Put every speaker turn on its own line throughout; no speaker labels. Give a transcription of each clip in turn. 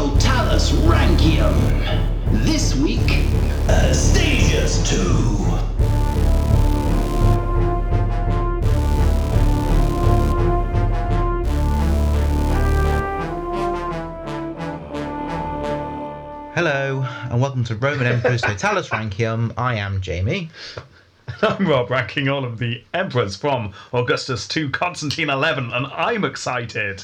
Let's rank him. This week, uh, Anastasia's 2.
Hello, and welcome to Roman Emperor's Totalis Rankium. I am Jamie.
I'm Rob, ranking all of the emperors from Augustus to Constantine 11, and I'm excited.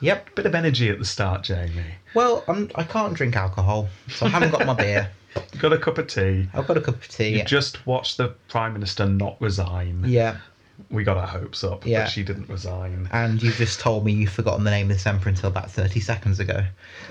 Yep.
Bit of energy at the start, Jamie.
Well, I'm, I can't drink alcohol, so I haven't got my beer.
You got a cup of tea.
I've got a cup of tea.
You just watched the prime minister not resign.
yeah.
We got our hopes up,
Yeah.
but she didn't resign.
And you've just told me you've forgotten the name of this emperor until about 30 seconds ago.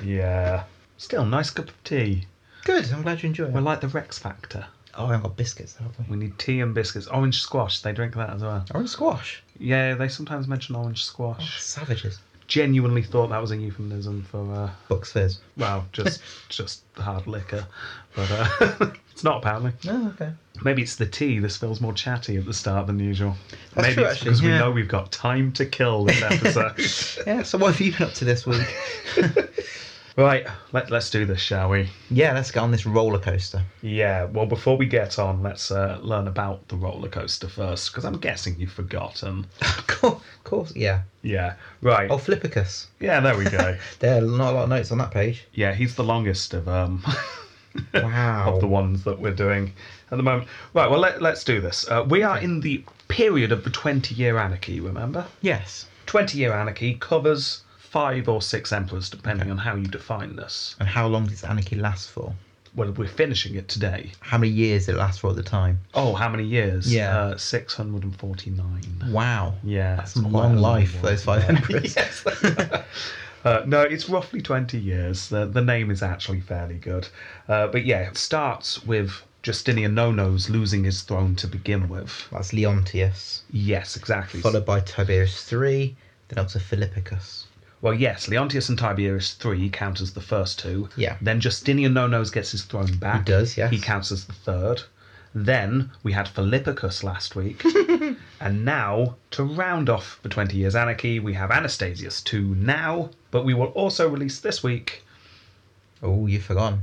Yeah. Still, nice cup of tea.
Good, I'm glad you enjoy it.
We're like the Rex Factor.
oh, I've got biscuits, have we?
We need tea and biscuits. Orange squash, they drink that as well.
Orange squash.
Yeah, they sometimes mention orange squash.
Savages.
Genuinely thought that was a euphemism for uh,
Bucks fizz.
well, just just hard liquor, but uh, it's not apparently.
Oh, okay.
Maybe it's the tea. This feels more chatty at the start than usual.
That's
Maybe
true,
it's
actually,
because
yeah.
we know we've got time to kill this episode.
Yeah, so what have you been up to this week?
right, let let's do this, shall we?
yeah, let's get on this roller coaster.
Yeah. Well, before we get on, let's uh, learn about the roller coaster first, because I'm guessing you've forgotten.
of course, of course, yeah.
Yeah. Right.
Oh, Flippicus.
Yeah. There we go.
There are not a lot of notes on that page.
yeah, he's the longest of um.
Wow.
of the ones that we're doing at the moment. Right, well, let, let's do this. Uh, we are in the period of the 20 year anarchy, remember?
Yes.
20 year anarchy covers five or six emperors, depending on how you define this.
And how long does anarchy last for?
Well, we're finishing it today.
How many years did it last for at the time?
Oh, how many years?
Yeah.
Uh, 649.
Wow.
Yeah.
That's a long life, those five emperors.
yes. Uh, no, it's roughly 20 years. The, the name is actually fairly good. Uh, but yeah, it starts with Justinian Nonos losing his throne to begin with.
That's Leontius,
Yes, exactly.
followed by Tiberius III, then up to Philippicus.
Well, yes, Leontius and Tiberius three count as the first two.
Yeah.
Then Justinian Nonos gets his throne back. He
does, yes.
He counts as the third. Then we had Philippicus last week. and now, to round off the 20 years anarchy, we have Anastasius 2 now, but we will also release this week.
Oh, you've forgotten.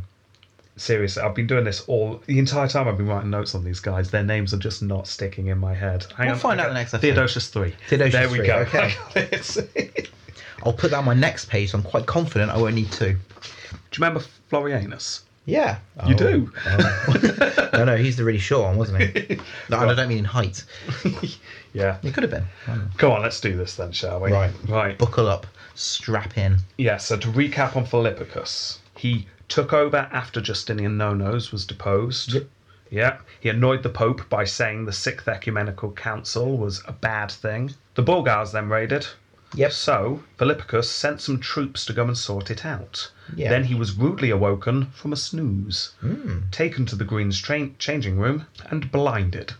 Seriously, I've been doing this all the entire time I've been writing notes on these guys. Their names are just not sticking in my head. Hang
We'll
on,
find
okay.
out the next episode.
Theodosius 3.
Theodosius
there we
III,
go.
okay.
Do
I'll put that on my next page, so I'm quite confident I won't need to.
you remember Florianus?
Yeah.
You do.
oh. no, no, he's the really short one, wasn't he? No, and I
Right.
don't mean in height.
Yeah.
It could have been. I don't know.
Come on, let's do this then, shall we?
Right.
Right.
Buckle up, strap in.
Yeah, so to recap on Philippicus, he took over after Justinian Nonos was deposed.
Yep.
Yeah. He annoyed the Pope by saying the Sixth Ecumenical Council was a bad thing. The Bulgars then raided.
Yep.
So Philippicus sent some troops to go and sort it out.
Yeah. Hmm.
Then he was rudely awoken from a snooze, taken to the Greens train changing room, and blinded.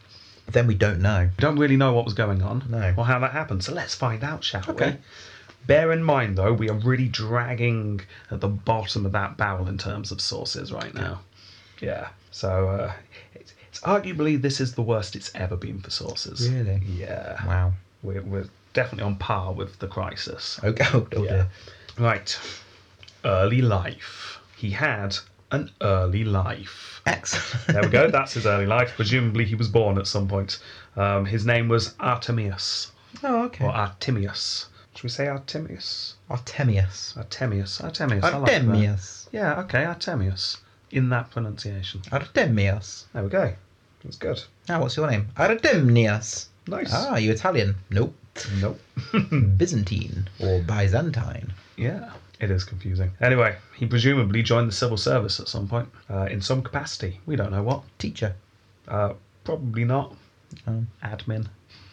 Then we don't know.
We don't really know what was going on
No.
or how that happened, so let's find out, shall
Okay.
we? Bear in mind, though, we are really dragging at the bottom of that barrel in terms of sources right now. Yeah, so uh, it's, it's arguably this is the worst it's ever been for sources.
Really?
Yeah,
Wow.
we're, we're definitely on par with the crisis.
Okay. Oh, oh dear.
Right, early life. He had an early life.
Excellent.
There we go. That's his early life. Presumably, he was born at some point. Um, his name was Artemius
Oh, okay.
or Artemius. Should we say Artemius?
Artemius.
Artemius. Artemius. I like that.
Artemius.
yeah. Okay. Artemius. In that pronunciation.
Artemius.
There we go. That's good.
Ah, what's your name? Artemnius.
Nice.
Ah, you Italian? Nope.
Nope.
Byzantine or Byzantine.
Yeah. It is confusing. Anyway, he presumably joined the civil service at some point, uh, in some capacity. We don't know what.
Teacher.
Uh, probably not.
Um,
Admin.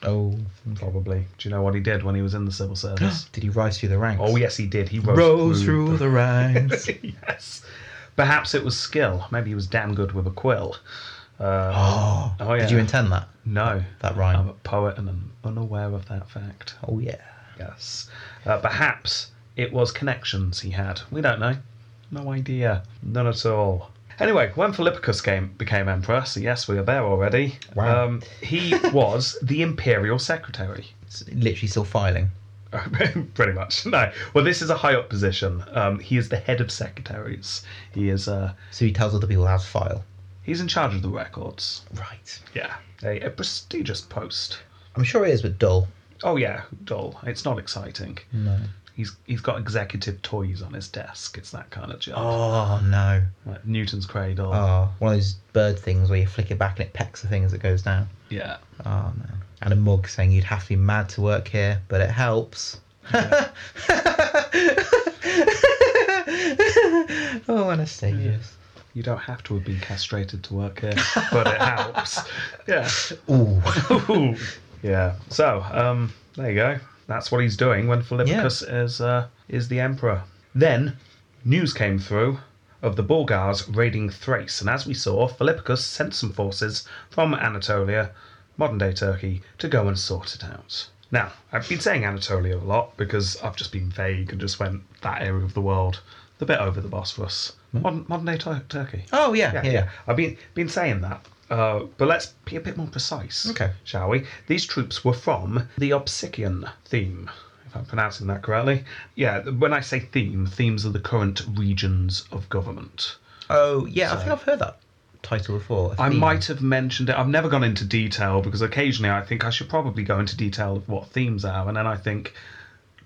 oh. okay.
Probably. Do you know what he did when he was in the civil service?
Did he rise through the ranks?
oh yes, he did. He rose,
Rose through the ranks.
yes. Perhaps it was skill. Maybe he was damn good with a quill. Uh,
Oh.
Oh, yeah.
Did you intend that?
no.
That rhyme.
I'm a poet and I'm unaware of that fact.
oh yeah.
Yes. Uh, perhaps it was connections he had. We don't know. No idea. None at all. Anyway, when Philippicus came, became emperor, so yes, we are there already.
Wow.
Um, he was the imperial secretary.
It's literally still filing.
Pretty much. No. Well, this is a high up position. Um, he is the head of secretaries. He is uh,
So he tells other people how to file.
he's in charge of the records.
Right.
Yeah, a, a prestigious post.
I'm sure it is, but dull.
Oh yeah, dull. It's not exciting.
No.
He's he's got executive toys on his desk. It's that kind of job.
Oh no.
Like Newton's cradle.
Oh, one of those bird things where you flick it back and it pecks the thing as it goes down.
Yeah.
Oh no. And a mug saying you'd have to be mad to work here, but it helps. oh, honestly. Yes.
You don't have to have been castrated to work here, but it helps. Yeah.
Ooh.
Ooh. Yeah. So, um, there you go. That's what he's doing when Philippicus is uh, is the emperor. Then news came through of the Bulgars raiding Thrace, and as we saw, Philippicus sent some forces from Anatolia, modern day Turkey, to go and sort it out. Now, I've been saying Anatolia a lot because I've just been vague and just went that area of the world, the bit over the Bosphorus, modern, modern day Tur- Turkey.
Oh yeah, yeah.
Yeah, yeah. I've been been saying that. Uh, but let's be a bit more precise.
Okay.
Shall we? These troops were from the Obsidian theme, if I'm pronouncing that correctly. Yeah, when I say theme, themes are the current regions of government.
Oh yeah, I think I've heard that title before. a
I
theme.
might have mentioned it. I've never gone into detail because occasionally I think I should probably go into detail of what themes are, and then I think,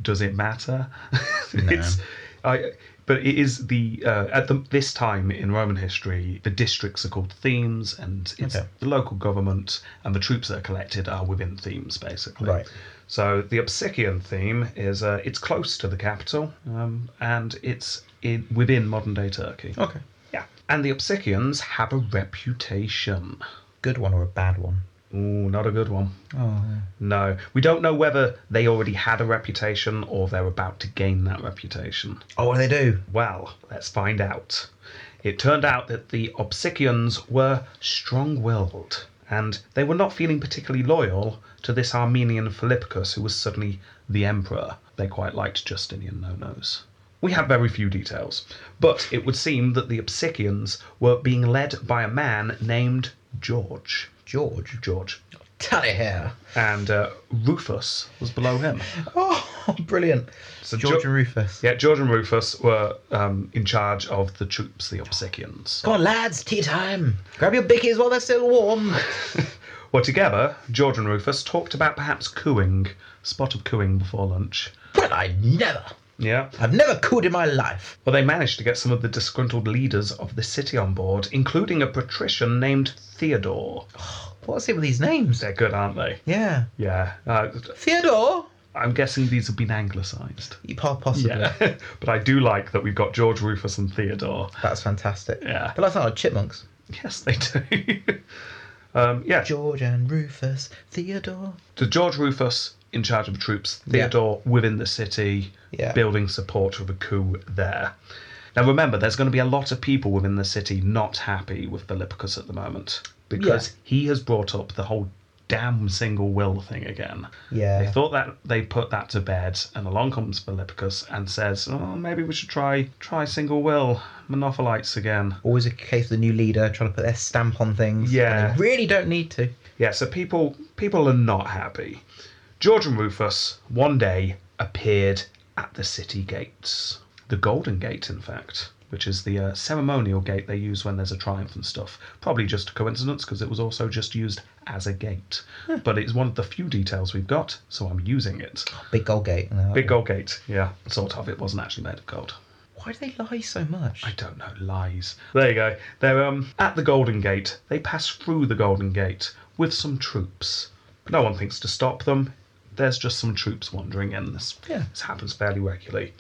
does it matter? it's, I, but it is the uh, at the, this time in Roman history, the districts are called themes, and it's
Okay.
the local government and the troops that are collected are within themes, basically.
Right.
So the Obsidian theme is uh, it's close to the capital, um, and it's in, within modern day Turkey.
Okay.
Yeah. And the Obsidians have a reputation.
Good one or a bad one?
Ooh, not a good one.
Oh.
No. We don't know whether they already had a reputation or they're about to gain that reputation.
Oh, what do they do?
Well, let's find out. It turned out that the Obsidians were strong willed, and they were not feeling particularly loyal to this Armenian Philippicus who was suddenly the emperor. They quite liked Justinian no nos. We have very few details, but it would seem that the Obsidians were being led by a man named George.
George.
George.
Tally hair.
And uh, Rufus was below him.
Oh, brilliant.
So
George
Jo-
and Rufus.
Yeah, George and Rufus were um, in charge of the troops, the Obsidians.
Come on, lads, tea time. Grab your bickies while they're still warm.
Well, together, George and Rufus talked about perhaps cooing, spot of cooing before lunch.
but I never.
Yeah.
I've never cooed in my life.
Well, they managed to get some of the disgruntled leaders of the city on board, including a patrician named Theodore. Oh,
What's it with these names?
They're good, aren't they?
Yeah.
Yeah. Uh,
Theodore?
I'm guessing these have been anglicised.
You po- Possibly.
Yeah. but I do like that we've got George, Rufus, and Theodore.
That's fantastic.
Yeah.
But that's not like chipmunks.
Yes, they do. um, yeah.
George and Rufus, Theodore.
So George Rufus in charge of troops, Theodore within the city,
Yeah.
building support of a coup there. Now remember, there's going to be a lot of people within the city not happy with Philippicus at the moment because
Yeah.
he has brought up the whole damn single will thing again. They
Yeah.
thought that they put that to bed, and along comes Philippicus and says, "Oh, maybe we should try try single will monophilites again."
Always a case of the new leader trying to put their stamp on things. when
Yeah.
They really don't need to.
Yeah, so people people are not happy. George and Rufus one day appeared at the city gates, the Golden Gate, in fact, which is the uh, ceremonial gate they use when there's a triumph and stuff. Probably just a coincidence because it was also just used as a gate, but it's one of the few details we've got, so I'm using it.
Big gold gate. No.
Big gold gate, yeah, sort of. It wasn't actually made of gold.
Why do they lie so much?
I don't know, lies. There you go. They're um, at the Golden Gate. They pass through the Golden Gate with some troops. No one thinks to stop them. There's just some troops wandering in. This,
Yeah.
this happens fairly regularly.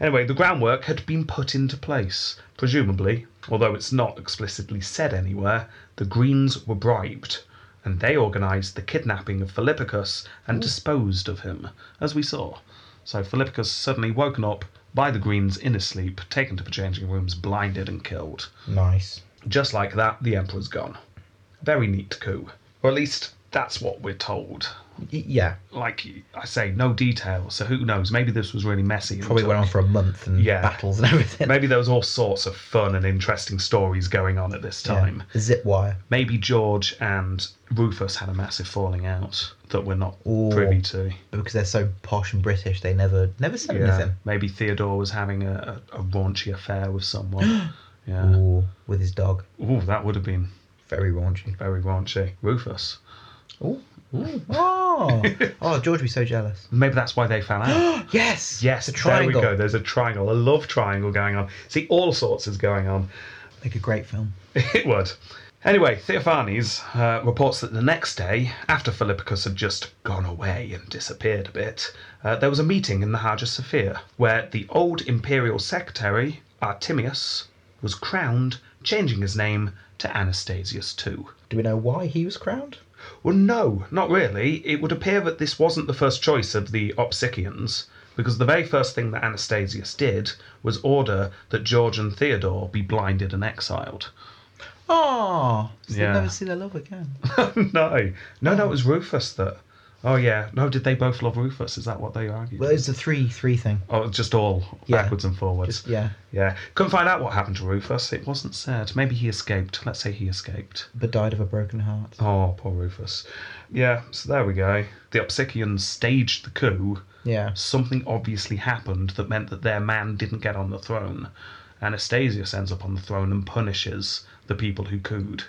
Anyway, the groundwork had been put into place. Presumably, although it's not explicitly said anywhere, the Greens were bribed. And they organised the kidnapping of Philippicus and disposed of him, as we saw. So Philippicus suddenly woken up by the Greens in his sleep, taken to the changing rooms, blinded and killed.
Nice.
Just like that, the Emperor's gone. Very neat coup. Or at least That's what we're told.
Y- Yeah,
Like I say, no detail. So who knows? Maybe this was really messy. and
probably
took-
went on for a month and
Yeah.
battles and everything.
Maybe there was all sorts of fun and interesting stories going on at this time.
Yeah. Zip wire.
Maybe George and Rufus had a massive falling out that we're not
Ooh.
privy to.
But because they're so posh and British, they never never said anything.
Maybe Theodore was having a, a, a raunchy affair with someone. yeah.
Ooh, with his dog.
Ooh, that would have been
Very raunchy.
very raunchy. Rufus.
Ooh. Ooh. Oh. oh, George would be so jealous.
Maybe that's why they fell out.
Yes.
yes,
The
there we
triangle.
go. There's a triangle, a love triangle going on. See, all sorts is going on.
Make a great film.
It would. Anyway, Theophanes uh, reports that the next day, after Philippicus had just gone away and disappeared a bit, uh, there was a meeting in the Hagia Sophia where the old imperial secretary, Artemius, was crowned, changing his name to Anastasius II.
Do we know why he was crowned?
Well, no, not really. It would appear that this wasn't the first choice of the Opsicians, because the very first thing that Anastasius did was order that George and Theodore be blinded and exiled.
Oh, so
Yeah.
they'll never see their love again.
no, no, no, it was Rufus that. Oh yeah, no, did they both love Rufus? Is that what they argued?
Well, it's the three three thing.
oh, just all
Yeah.
backwards and forwards.
Just yeah,
yeah, couldn't find out what happened to Rufus. It wasn't said. Maybe he escaped. Let's say he escaped.
but died of a broken heart.
Oh, poor Rufus. Yeah, so there we go. The Obsidians staged the coup.
Yeah.
Something obviously happened that meant that their man didn't get on the throne. Anastasius ends up on the throne and punishes the people who cooed.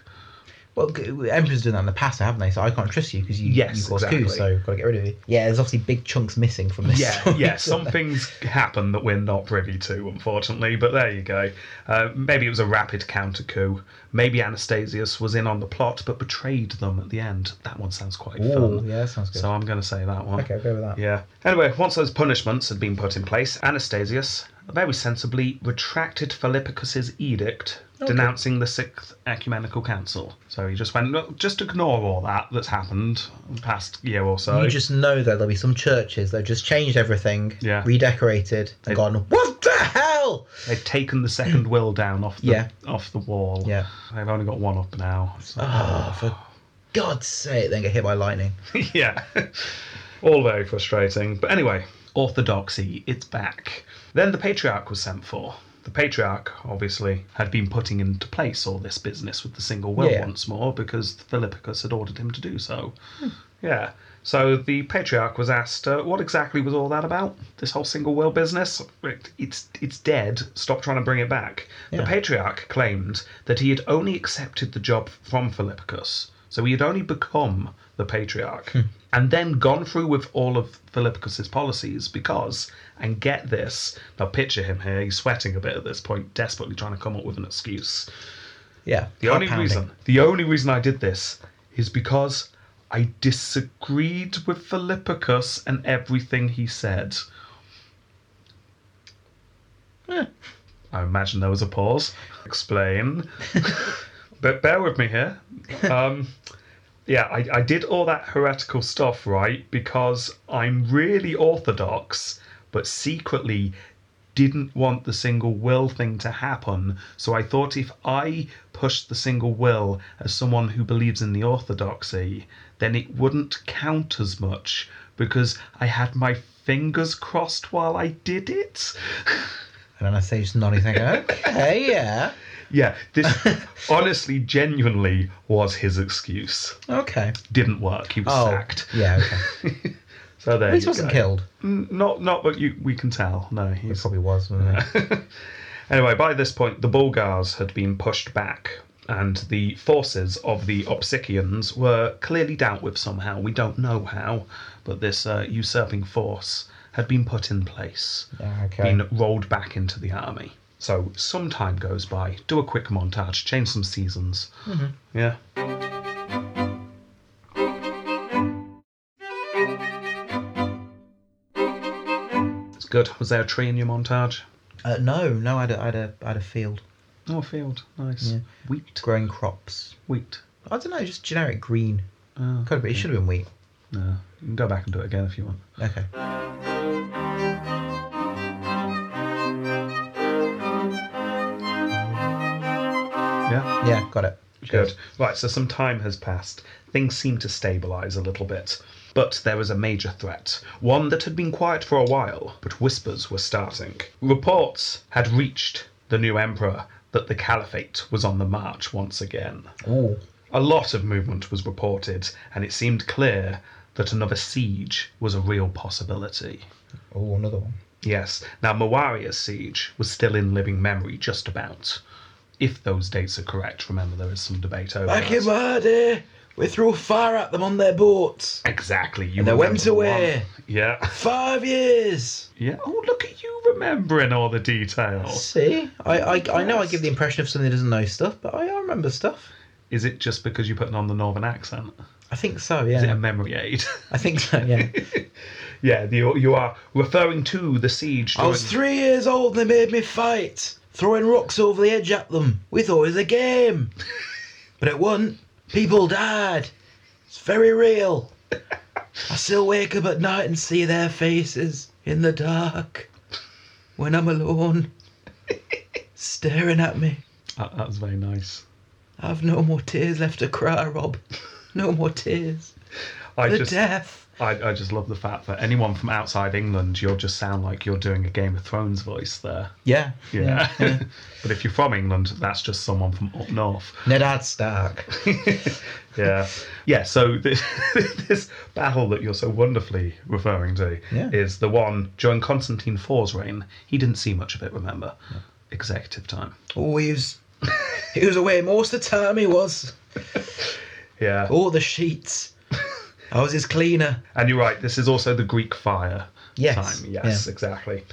Well, g- Emperor's done that in the past, haven't they? So I can't trust you because you,
Yes,
you caused
exactly.
coups, so got to get rid of you. Yeah, there's obviously big chunks missing from this.
Yeah,
story.
yeah. Some things happen that we're not privy to, unfortunately. But there you go. Uh, maybe it was a rapid counter coup. Maybe Anastasius was in on the plot but betrayed them at the end. That one sounds quite
Ooh,
fun.
yeah, that sounds good.
So I'm going to say that one.
okay, I'll go with that.
Yeah. Anyway, once those punishments had been put in place, Anastasius very sensibly retracted Philippicus's edict denouncing the Sixth Ecumenical Council. So he just went, "Look, just ignore all that that's happened the past year or so.
You just know though there'll be some churches they've just changed everything,
Yeah.
redecorated, and gone. What the hell?
They've taken the second will down off the
Yeah.
off the wall.
Yeah.
They've only got one up now. So,
Oh, for God's sake! Then get hit by lightning.
yeah. All very frustrating. But anyway, orthodoxy, it's back. Then the patriarch was sent for. The patriarch obviously had been putting into place all this business with the single will
Yeah.
once more because Philippicus had ordered him to do so. Yeah. So the patriarch was asked, uh, "What exactly was all that about? This whole single will business? It, it's it's dead. Stop trying to bring it back." The
Yeah.
patriarch claimed that he had only accepted the job from Philippicus, so he had only become the patriarch, and then gone through with all of Philippicus's policies because, and get this, now picture him here. He's sweating a bit at this point, desperately trying to come up with an excuse.
Yeah.
The
heart
only
pounding.
reason, the only reason I did this is because I disagreed with Philippicus and everything he said. Eh, I imagine there was a pause. Explain, but bear with me here. Um, yeah, I, I did all that heretical stuff right because I'm really orthodox, but secretly didn't want the single will thing to happen. So I thought if I pushed the single will as someone who believes in the orthodoxy, then it wouldn't count as much because I had my fingers crossed while I did it.
And then I say just nodding, thinking, okay, yeah,
yeah, this honestly, genuinely was his excuse.
okay.
Didn't work. He was
Oh,
sacked.
yeah, okay.
So there
At least
you
he wasn't
go.
killed.
N- Not, not, but you we can tell. No,
He
he's
probably was, wasn't it?
Anyway, by this point, the Bulgars had been pushed back, and the forces of the Opsicians were clearly dealt with somehow. We don't know how, but this uh, usurping force had been put in place,
Yeah, okay.
been rolled back into the army. So some time goes by. Do a quick montage, change some seasons. Yeah. It's good. Was there a tree in your montage?
Uh, no, no, I had, a, I, had a, I had a field
Oh, field. Nice.
Yeah.
Wheat.
growing crops.
Wheat.
I don't know, just generic green.
Oh,
Could have been, it should have been wheat.
no. You can go back and do it again if you want.
Okay.
Yeah.
Yeah, got it.
Good. Right, so some time has passed. things seemed to stabilize a little bit. But there was a major threat, one that had been quiet for a while, but whispers were starting. Reports had reached the new emperor that the caliphate was on the march once again.
Ooh.
A lot of movement was reported, and it seemed clear that another siege was a real possibility.
Oh, another one.
Yes. Now, Mawaria's siege was still in living memory, just about. If those dates are correct, remember there is some debate over
Back in
that.
Mahdi, we threw fire at them on their boats.
Exactly. You
And they went
remember the one.
away.
Yeah.
Five years.
Yeah. Oh, look at you remembering all the details.
See, I, I, I know I give the impression of somebody who doesn't know stuff, but I, I remember stuff.
Is it just because you're putting on the northern accent?
I think so.
Is it a
Yeah,
memory aid?
I think so. Yeah.
yeah, you, you are referring to the siege.
I was three
during-
years old and they made me fight, throwing rocks over the edge at them. We thought it was a game. but it wasn't. People died. It's very real. I still wake up at night and see their faces in the dark when I'm alone, staring at me.
That, that was very nice.
I've no more tears left to cry, Rob. No more tears.
I
The
just,
death.
I, I just love the fact that anyone from outside England, you'll just sound like you're doing a Game of Thrones voice there.
Yeah.
Yeah. but if you're from England, that's just someone from up north.
Nedad Stark.
Yeah. Yeah, so this, this battle that you're so wonderfully referring to
Yeah.
is the one during Constantine IV's reign. He didn't see much of it, remember? Executive time.
Oh, he was, he was away most of the time, he was.
Yeah.
Oh, the sheets. I was his cleaner.
And you're right, this is also the Greek fire
Yes.
time. Yes, exactly.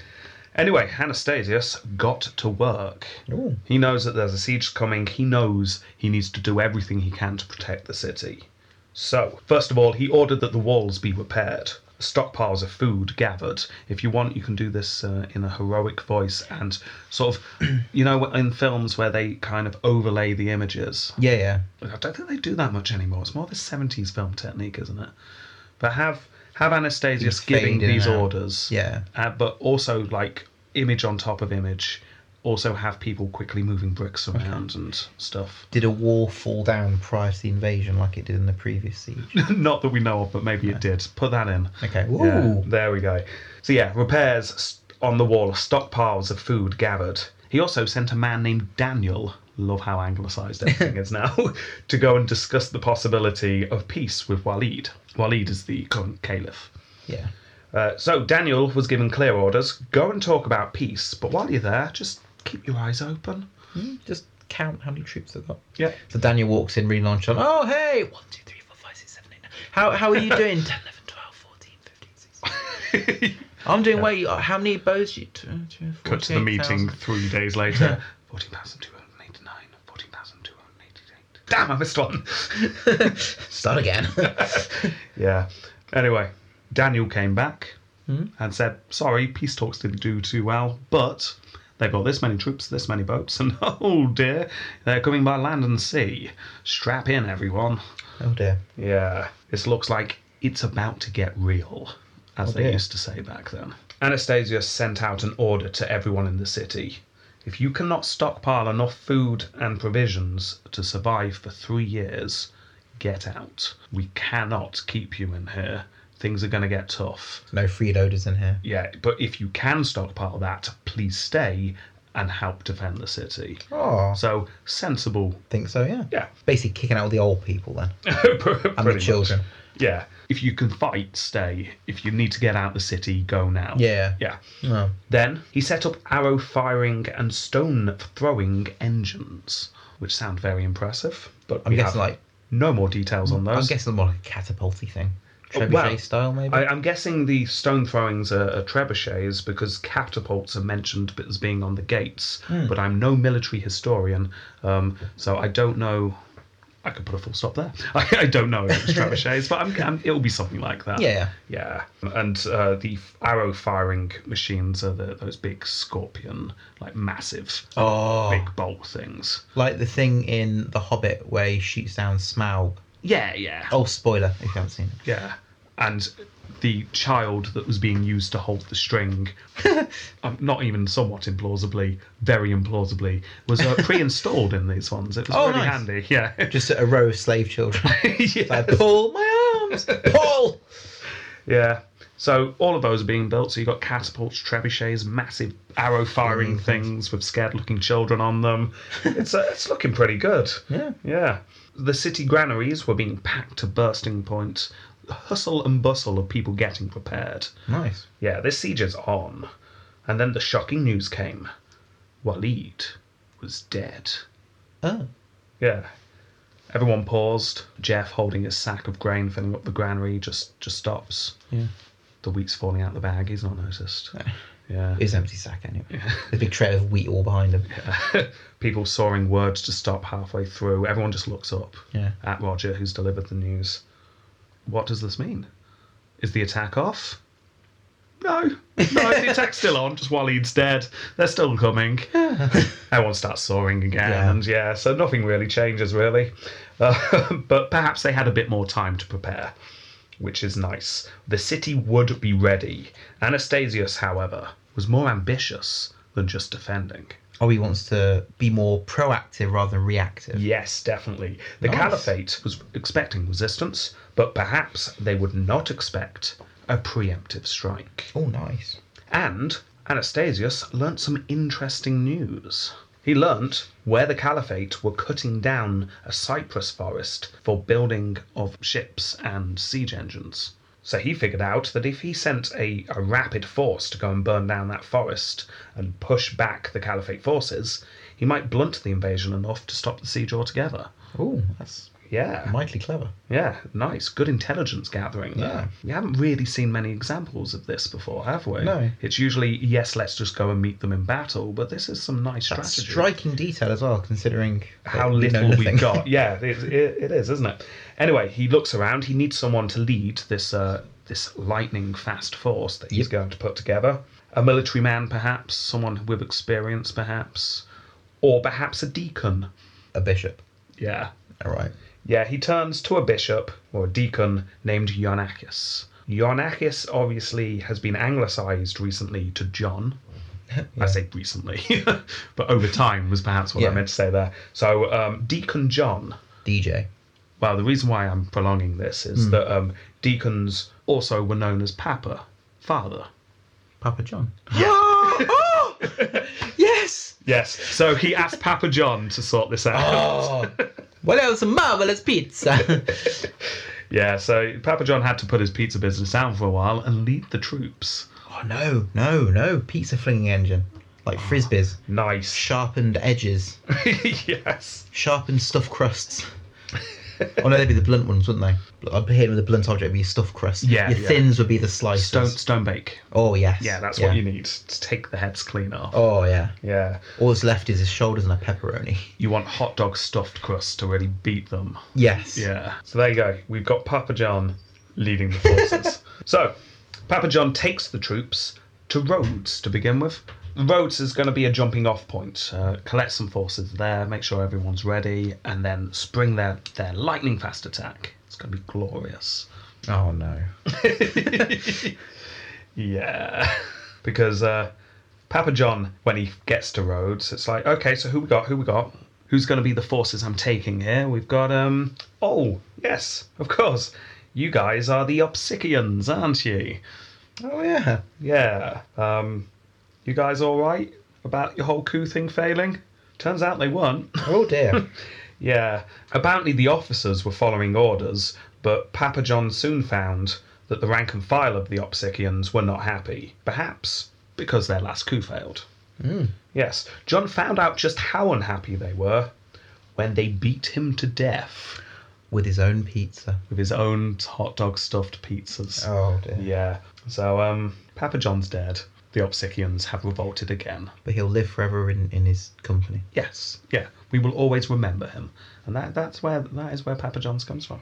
Anyway, Anastasius got to work.
Ooh.
He knows that there's a siege coming. He knows he needs to do everything he can to protect the city. So, first of all, he ordered that the walls be repaired. Stockpiles of food gathered. If you want, you can do this uh, in a heroic voice and sort of, you know, in films where they kind of overlay the images.
Yeah, yeah.
I don't think they do that much anymore. It's more the seventies film technique, isn't it? But have have Anastasius
Fade
giving
in and
these
out.
orders,
Yeah.
uh, but also like image on top of image. Also have people quickly moving bricks around and stuff.
Did a wall fall down prior to the invasion like it did in the previous siege?
Not that we know of, but maybe it did. Put that in.
Okay. Ooh.
Yeah, there we go. So yeah, repairs s- on the wall, stockpiles of food gathered. He also sent a man named Daniel. Love how anglicised everything is now, to go and discuss the possibility of peace with Walid. Walid is the current caliph.
Yeah.
Uh, so Daniel was given clear orders: go and talk about peace, but while you're there, just keep your eyes open.
Hmm, Just count how many troops they've got.
Yeah,
So Daniel walks in, really nonchalant. Oh, hey! One, two, three, four, five, six, seven, eight, nine. How, how are you doing? 10, 11, 12, 14, 15, 16. I'm doing way. How many bows do you. Two, two,
cut to the
48,000.
meeting three days later. 14,289, 14,288. Damn, I missed one.
Start again.
Yeah. Anyway, Daniel came back and said, sorry, peace talks didn't do too well, but they've got this many troops, this many boats, and oh dear, they're coming by land and sea. Strap in, everyone.
oh, dear.
Yeah. This looks like it's about to get real, as they
dear.
used to say back then. Anastasius sent out an order to everyone in the city. If you cannot stockpile enough food and provisions to survive for three years, get out. We cannot keep you in here. Things are going to get tough.
No freeloaders in here.
Yeah, but if you can stockpile that, please stay and help defend the city.
Oh. I
So, sensible.
think so, yeah.
Yeah.
Basically kicking out all the old people then.
Pretty
And the
much.
children.
Yeah. If you can fight, stay. If you need to get out of the city, go now.
Yeah.
Yeah.
Oh.
Then he set up arrow firing and stone throwing engines, which sound very impressive. But
I'm
we
guessing,
have
like,
no more details on those.
I'm guessing more like a catapulty thing. Trebuchet
Oh, well,
style, maybe?
I, I'm guessing the stone throwings are, are trebuchets because catapults are mentioned but as being on the gates.
Hmm.
But I'm no military historian, um, so I don't know. I could put a full stop there. I, I don't know if it's trebuchets, but I'm, I'm, it'll be something like that.
Yeah.
Yeah. And uh, the arrow firing machines are the, those big scorpion, like massive,
Oh.
big bolt things.
Like the thing in The Hobbit where he shoots down Smaug.
Yeah, yeah.
Oh, spoiler if you haven't seen it.
Yeah. And the child that was being used to hold the string, um, not even somewhat implausibly, very implausibly, was uh, pre-installed in these ones. It was
Oh,
really
nice.
handy. Yeah.
Just a row of slave children.
yeah.
Like, Paul, my arms! Paul!
Yeah. So all of those are being built. So you've got catapults, trebuchets, massive arrow firing things with scared looking children on them. It's uh, it's looking pretty good.
Yeah.
Yeah. The city granaries were being packed to bursting point. Hustle and bustle of people getting prepared.
Nice.
Yeah, this siege is on. And then the shocking news came. Walid was dead.
Oh.
Yeah. Everyone paused. Jeff, holding his sack of grain, filling up the granary, just just stops.
Yeah.
The wheat's falling out the bag. He's not noticed. Yeah.
It's empty sack anyway. There's a big trail of wheat all behind him.
People sawing words to stop halfway through. Everyone just looks up
Yeah.
at Roger, who's delivered the news. What does this mean? Is the attack off? No. No, the attack's still on, just while he's dead. They're still coming. Everyone starts soaring again.
Yeah.
And yeah, so nothing really changes, really. Uh, but perhaps they had a bit more time to prepare, which is nice. The city would be ready. Anastasius, however, was more ambitious than just defending.
Oh, he wants to be more proactive rather than reactive.
Yes, definitely. The
Nice.
caliphate was expecting resistance, but perhaps they would not expect a preemptive strike.
Oh, nice.
And Anastasius learnt some interesting news. He learnt where the caliphate were cutting down a cypress forest for building of ships and siege engines. So he figured out that if he sent a, a rapid force to go and burn down that forest and push back the caliphate forces, he might blunt the invasion enough to stop the siege altogether.
Oh, that's
Yeah.
mightily clever.
Yeah, nice. Good intelligence gathering there. We haven't really seen many examples of this before, have we?
No.
It's usually, yes, let's just go and meet them in battle, but this is some nice
That's
strategy.
striking detail as well, considering
How
we know
little
nothing.
we've got. Yeah, it, it, it is, isn't it? Anyway, he looks around. He needs someone to lead this, uh, this lightning fast force that he's
Yep.
going to put together. A military man, perhaps, someone with experience, perhaps, or perhaps a deacon.
a bishop.
Yeah.
All right.
Yeah, he turns to a bishop or a deacon named Ionakis. Ionakis obviously has been anglicized recently to John. I say recently, but over time was perhaps what I
Yeah.
meant to say there. So, um, Deacon John.
DJ.
Well, the reason why I'm prolonging this is that um, deacons also were known as Papa, father.
Papa John. Oh,
Yes. So he asked Papa John to sort this out.
Oh, well, that was a marvelous pizza.
Yeah, so Papa John had to put his pizza business down for a while and lead the troops.
oh no, no, no! Pizza flinging engine, like frisbees,
Nice.
sharpened edges,
yes.
sharpened stuffed crusts. oh no, they'd be the blunt ones, wouldn't they? I'd hit him with a blunt object, it'd be a stuffed crust.
Yeah,
Your
yeah.
thins would be the slices.
Stone stone bake.
Oh yes.
Yeah, that's what you need to take the heads clean off.
Oh yeah.
Yeah,
All that's left is his shoulders and a pepperoni.
you want hot dog stuffed crust to really beat them.
Yes.
Yeah. So there you go. We've got Papa John leading the forces. so Papa John takes the troops to Rhodes to begin with. Rhodes is going to be a jumping off point. Uh, collect some forces there, make sure everyone's ready, and then spring their, their lightning fast attack. It's going to be glorious.
Oh no.
Yeah. Because uh, Papa John, when he gets to Rhodes, it's like, okay, so who we got? Who we got? Who's going to be the forces I'm taking here? We've got, um, oh, yes, of course. You guys are the Obsidians, aren't you?
Oh yeah.
Yeah. Um, you guys all right about your whole coup thing failing? Turns out they weren't.
Oh dear.
Yeah. Apparently, the officers were following orders, but Papa John soon found that the rank and file of the Opsicians were not happy. Perhaps because their last coup failed. Yes. John found out just how unhappy they were when they beat him to death
With his own pizza.
with his own hot dog stuffed pizzas.
Oh dear.
Yeah. So, um, Papa John's dead. The Opsicians have revolted again.
But he'll live forever in, in his company.
Yes, yeah. We will always remember him. And that, that's where that is where Papa John's comes from.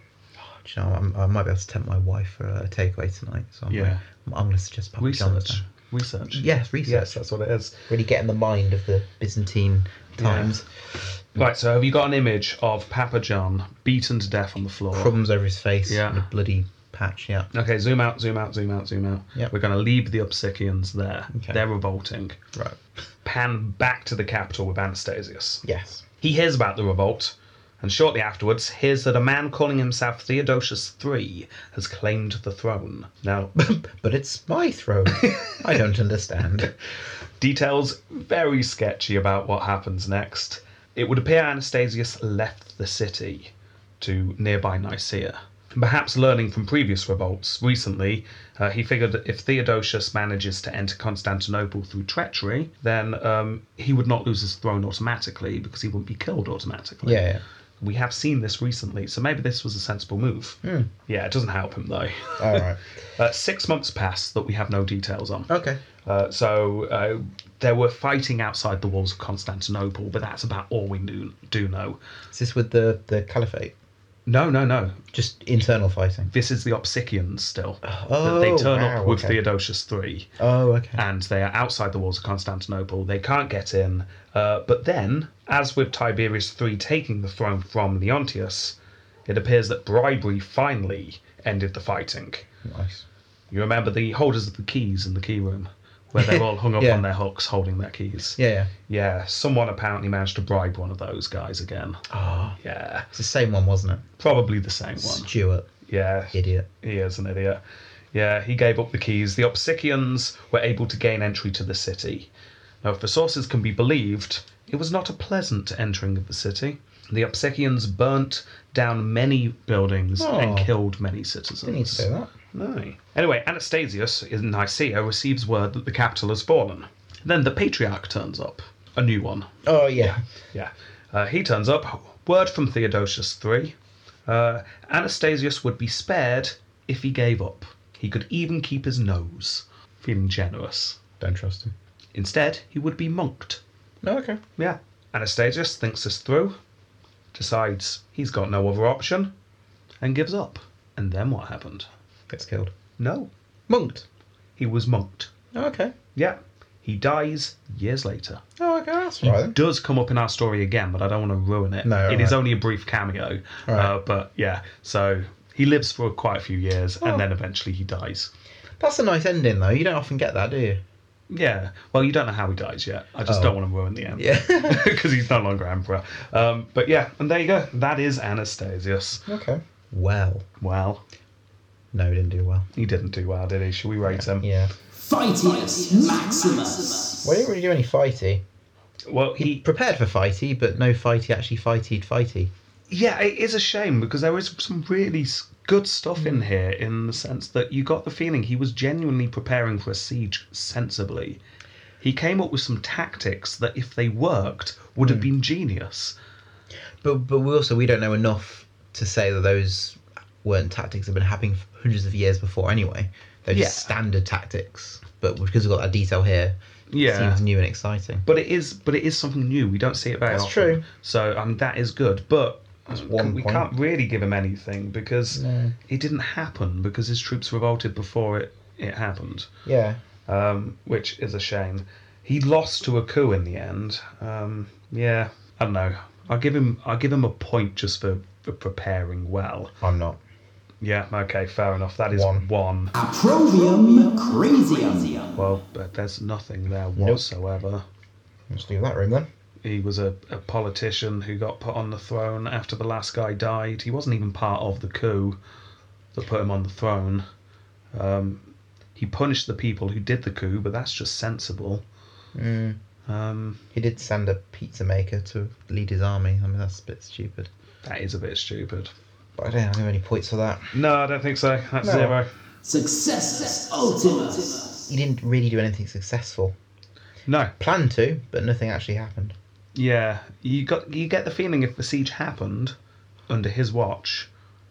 Do you know, I'm, I might be able to tempt my wife for a takeaway tonight. So I'm
Yeah.
gonna, I'm going to suggest Papa John's.
Research.
then.
Research.
Yes, research.
Yes, that's what it is.
Really get in the mind of the Byzantine times.
Right, so have you got an image of Papa John beaten to death on the floor?
Crumbs over his face
Yeah.
and a bloody patch. Yeah.
Okay, zoom out, zoom out, zoom out, zoom out.
Yep.
We're going to leave the Obsidians there.
Okay.
They're revolting.
Right.
Pan back to the capital with Anastasius.
Yes.
He hears about the revolt, and shortly afterwards hears that a man calling himself Theodosius III has claimed the throne. Now,
But it's my throne. I don't understand.
details very sketchy about what happens next. It would appear Anastasius left the city to nearby Nicaea. Perhaps learning from previous revolts recently, uh, he figured that if Theodosius manages to enter Constantinople through treachery, then um, he would not lose his throne automatically because he wouldn't be killed automatically.
Yeah, yeah.
We have seen this recently, so maybe this was a sensible move. Yeah, it doesn't help him though.
All right.
Uh, six months pass that we have no details on.
Okay.
Uh, so uh, there were fighting outside the walls of Constantinople, but that's about all we do, do know.
Is this with the the caliphate?
No, no, no.
Just internal fighting.
This is the Opsicians still.
Oh,
they turn
wow,
up with
okay.
Theodosius III,
Oh, okay.
and they are outside the walls of Constantinople. They can't get in. Uh, but then, as with Tiberius III taking the throne from Leontius, it appears that bribery finally ended the fighting.
Nice.
You remember the holders of the keys in the key room, where they're all hung up
Yeah.
on their hooks holding their keys.
Yeah, yeah.
Yeah, someone apparently managed to bribe one of those guys again.
Ah,
Yeah,
it's the same one, wasn't it?
probably the same one.
Stuart,
Yeah,
idiot.
he is an idiot. Yeah, he gave up the keys. The Opsicians were able to gain entry to the city. Now, if the sources can be believed, it was not a pleasant entering of the city. The Opsicians burnt down many buildings and
Oh.
killed many citizens.
Didn't need to say that.
No. Anyway, Anastasius in Nicaea receives word that the capital has fallen. Then the patriarch turns up, a new one,
Oh yeah.
Yeah. Uh, he turns up. Word from Theodosius III. Uh, Anastasius would be spared if he gave up. He could even keep his nose, feeling generous.
Don't trust him.
Instead, he would be monked.
No, Oh, okay.
Yeah. Anastasius thinks this through, decides he's got no other option, and gives up. And then what happened?
Gets killed.
No,
Monked.
he was monked.
Oh, okay.
Yeah. He dies years later.
Oh, okay. That's
He
all right.
does come up in our story again, but I don't want to ruin it.
No,
it is
alright.
only a brief cameo. Uh,
Alright.
but yeah, so he lives for quite a few years
Oh.
and then eventually he dies.
That's a nice ending though. You don't often get that, do you?
Yeah, well, you don't know how he dies yet. I just
Oh.
don't want to ruin the end.
Yeah.
Because he's no longer emperor. Um, but yeah, and there you go. That is Anastasius.
okay. Well,
Well,
no, didn't do well.
he didn't do well, did he? Should we rate him?
Yeah.
Fightius Maximus.
Well, he didn't really do any fighty.
Well,
He
he
prepared for fighty, but no fighty actually fightied fighty.
Yeah, it is a shame because there is some really s- good stuff
Hmm.
in here in the sense that you got the feeling he was genuinely preparing for a siege sensibly. He came up with some tactics that, if they worked, would have
Hmm.
been genius.
But but we also we don't know enough to say that those weren't tactics that have been happening for hundreds of years before anyway. They're just
Yeah.
standard tactics. But because we've got that detail here, it seems new and exciting.
But it is, but it is something new. We don't see it very
That's
often.
true.
So um, that is good, but
one
we
point.
can't really give him anything because it didn't happen because his troops revolted before it it happened.
Yeah.
um, which is a shame. He lost to a coup in the end. Um, yeah, I don't know. I'll give him. I'll give him a point just for, for preparing well.
I'm not.
Yeah. Okay. Fair enough. That is
One.
one.
Approvium Crazium.
Well, but there's nothing there whatsoever.
Let's leave that room then.
He was a, a politician who got put on the throne after the last guy died. He wasn't even part of the coup that put him on the throne. Um, he punished the people who did the coup, but that's just sensible. Um,
He did send a pizza maker to lead his army. I mean, that's a bit stupid.
that is a bit stupid.
But I don't have any points for that.
No, I don't think so. That's
No.
zero.
Successus Ultimus.
He didn't really do anything successful.
No.
Planned to, but nothing actually happened.
Yeah, you got you get the feeling if the siege happened under his watch,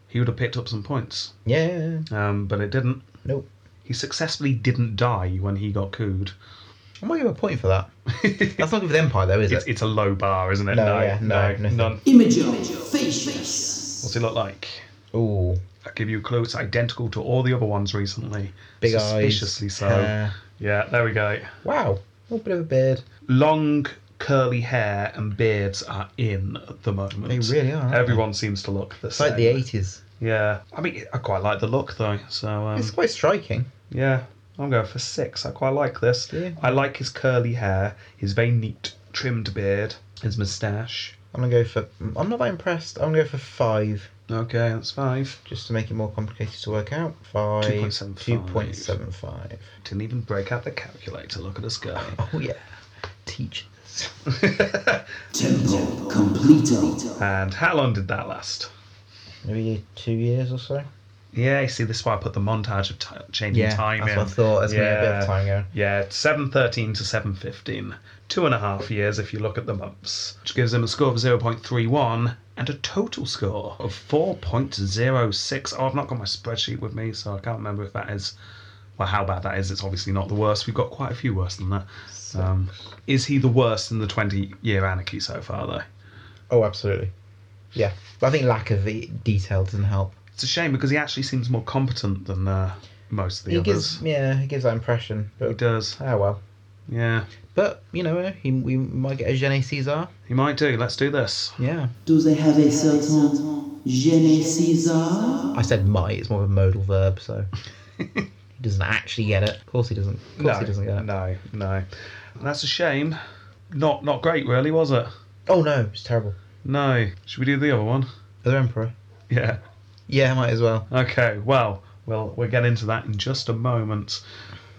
he would have picked up some points.
Yeah.
Um, but it didn't.
Nope.
He successfully didn't die when he got cooed.
I might give a point for that. That's not good for the Empire, though, is
It's,
it?
it's a low bar, isn't it?
No, yeah, no, nothing.
none.
Imago Facius.
What's he look like?
Ooh.
I give you a clue. It's identical to all the other ones recently.
Big eyes.
Suspiciously so.
hair.
Yeah, there we go.
Wow. A little bit of a beard.
long curly hair and beards are in at the moment.
They really are, aren't
Everyone seems to look the
It's
same.
like the 80s.
Yeah. I mean, I quite like the look though. So um,
It's quite striking.
yeah, I'm going for six. I quite like this.
Yeah.
I like his curly hair, his very neat trimmed beard, his moustache.
I'm gonna go for. I'm not that impressed. I'm gonna go for five,
Okay, that's five.
just to make it more complicated to work out. Five.
2.75.
2.75.
Didn't even break out the calculator. Look at this guy.
Oh yeah. Teach.
Tempo completo.
and how long did that last?
Maybe two years or so.
Yeah, you see, this is why I put the montage of ti changing time
that's
in.
what I thought. There's yeah. a bit of time going.
Yeah, seven thirteen to seven fifteen. Two and a half years if you look at the months, which gives him a score of zero point three one and a total score of four point zero six. Oh, I've not got my spreadsheet with me, so I can't remember if that is. Well, how bad that is. It's obviously not the worst. We've got quite a few worse than that. Um, is he the worst in the twenty-year anarchy so far, though?
Oh, absolutely. Yeah, but I think lack of the detail doesn't help.
It's a shame because he actually seems more competent than uh, most of the
he
others.
gives, yeah, he gives that impression.
He
But
does.
oh well.
Yeah,
But you know, eh, he, we might get a Genet Caesar.
he might do. Let's do this.
Yeah.
Do they have a certain Gene Caesar?
I said might. It's more of a modal verb, so he doesn't actually get it. Of course he doesn't. Of course he doesn't get it.
No, no. That's a shame. Not not great really, was it?
Oh no, it's terrible.
No. Should we do the other one?
Other emperor.
Yeah.
Yeah, might as well.
Okay. Well, we'll we'll get into that in just a moment.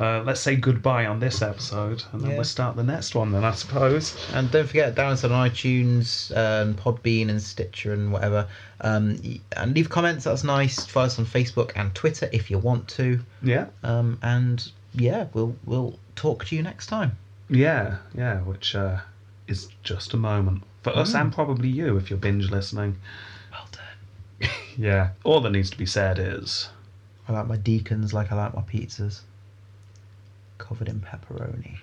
Uh, let's say goodbye on this episode, and then
Yeah.
we'll start the next one. Then I suppose.
And don't forget, download us on iTunes and Podbean and Stitcher and whatever. Um, y- and leave comments. That's nice. Follow us on Facebook and Twitter if you want to.
Yeah.
Um, and yeah, we'll we'll talk to you next time.
Yeah. Yeah. Which uh, is just a moment for
Hmm.
us and probably you if you're binge listening.
Well done.
Yeah. All that needs to be said is.
I like my deacons like I like my pizzas. Covered in pepperoni.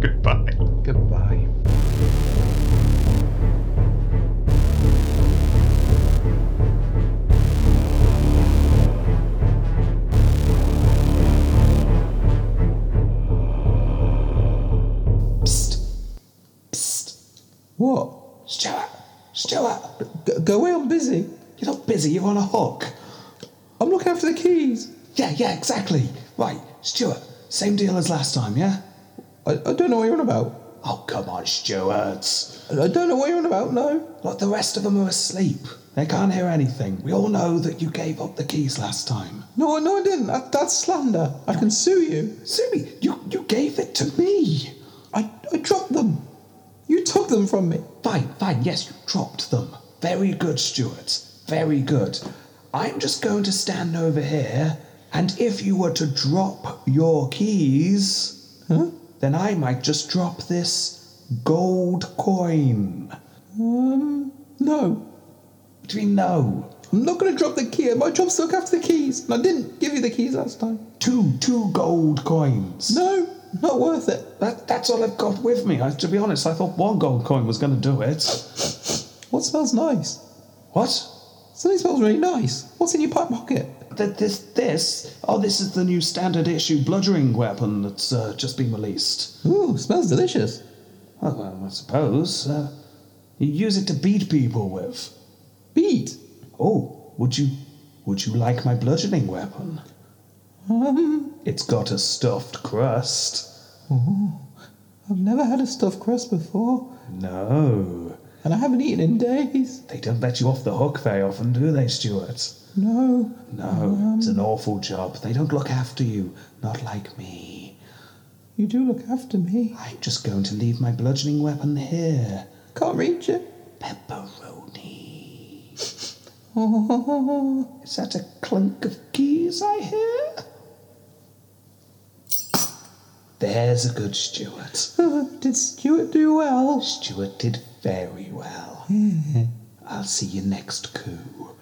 Goodbye.
Goodbye.
Psst. Psst.
What?
Stuart. Stuart.
Go, go away, I'm busy.
You're not busy, you're on a hook.
I'm looking after the keys.
Yeah, yeah, exactly. Right, Stuart, same deal as last time, yeah?
I, I don't know what you're on about.
Oh, come on, Stuart.
I don't know what you're on about, no.
Look, the rest of them are asleep. They can't hear anything. We all know that you gave up the keys last time.
No, no, I didn't. That, that's slander. I can sue you.
Sumi, you, you gave it to me.
I, I dropped them. You took them from me.
Fine, fine, yes, you dropped them. Very good, Stuart. Very good. I'm just going to stand over here, and if you were to drop your keys, then I might just drop this gold coin.
No.
What do you mean, no?
I'm not going to drop the key. My job's to look after the keys. And I didn't give you the keys last time.
Two, two gold coins.
No, not worth it.
That, that's all I've got with me. I, to be honest, I thought one gold coin was going to do it.
What smells nice?
What?
Something smells really nice. What's in your pipe pocket?
Th- This, this, oh, this is the new standard issue bludgeoning weapon that's uh, just been released.
Ooh, smells delicious.
Oh, well, I suppose. Uh, you use it to beat people with.
Beat.
Oh, would you would you like my bludgeoning weapon? It's got a stuffed crust.
I've never had a stuffed crust before,
No.
and I haven't eaten in days.
They don't let you off the hook very often, do they, Stuart?
No.
No, it's an awful job. They don't look after you, not like me.
You do look after me.
I'm just going to leave my bludgeoning weapon here.
Can't reach it.
Pepperoni.
Oh.
Is that a clunk of keys I hear? There's a good Stuart.
Did Stuart do well?
Stuart did very well. I'll see you next coup.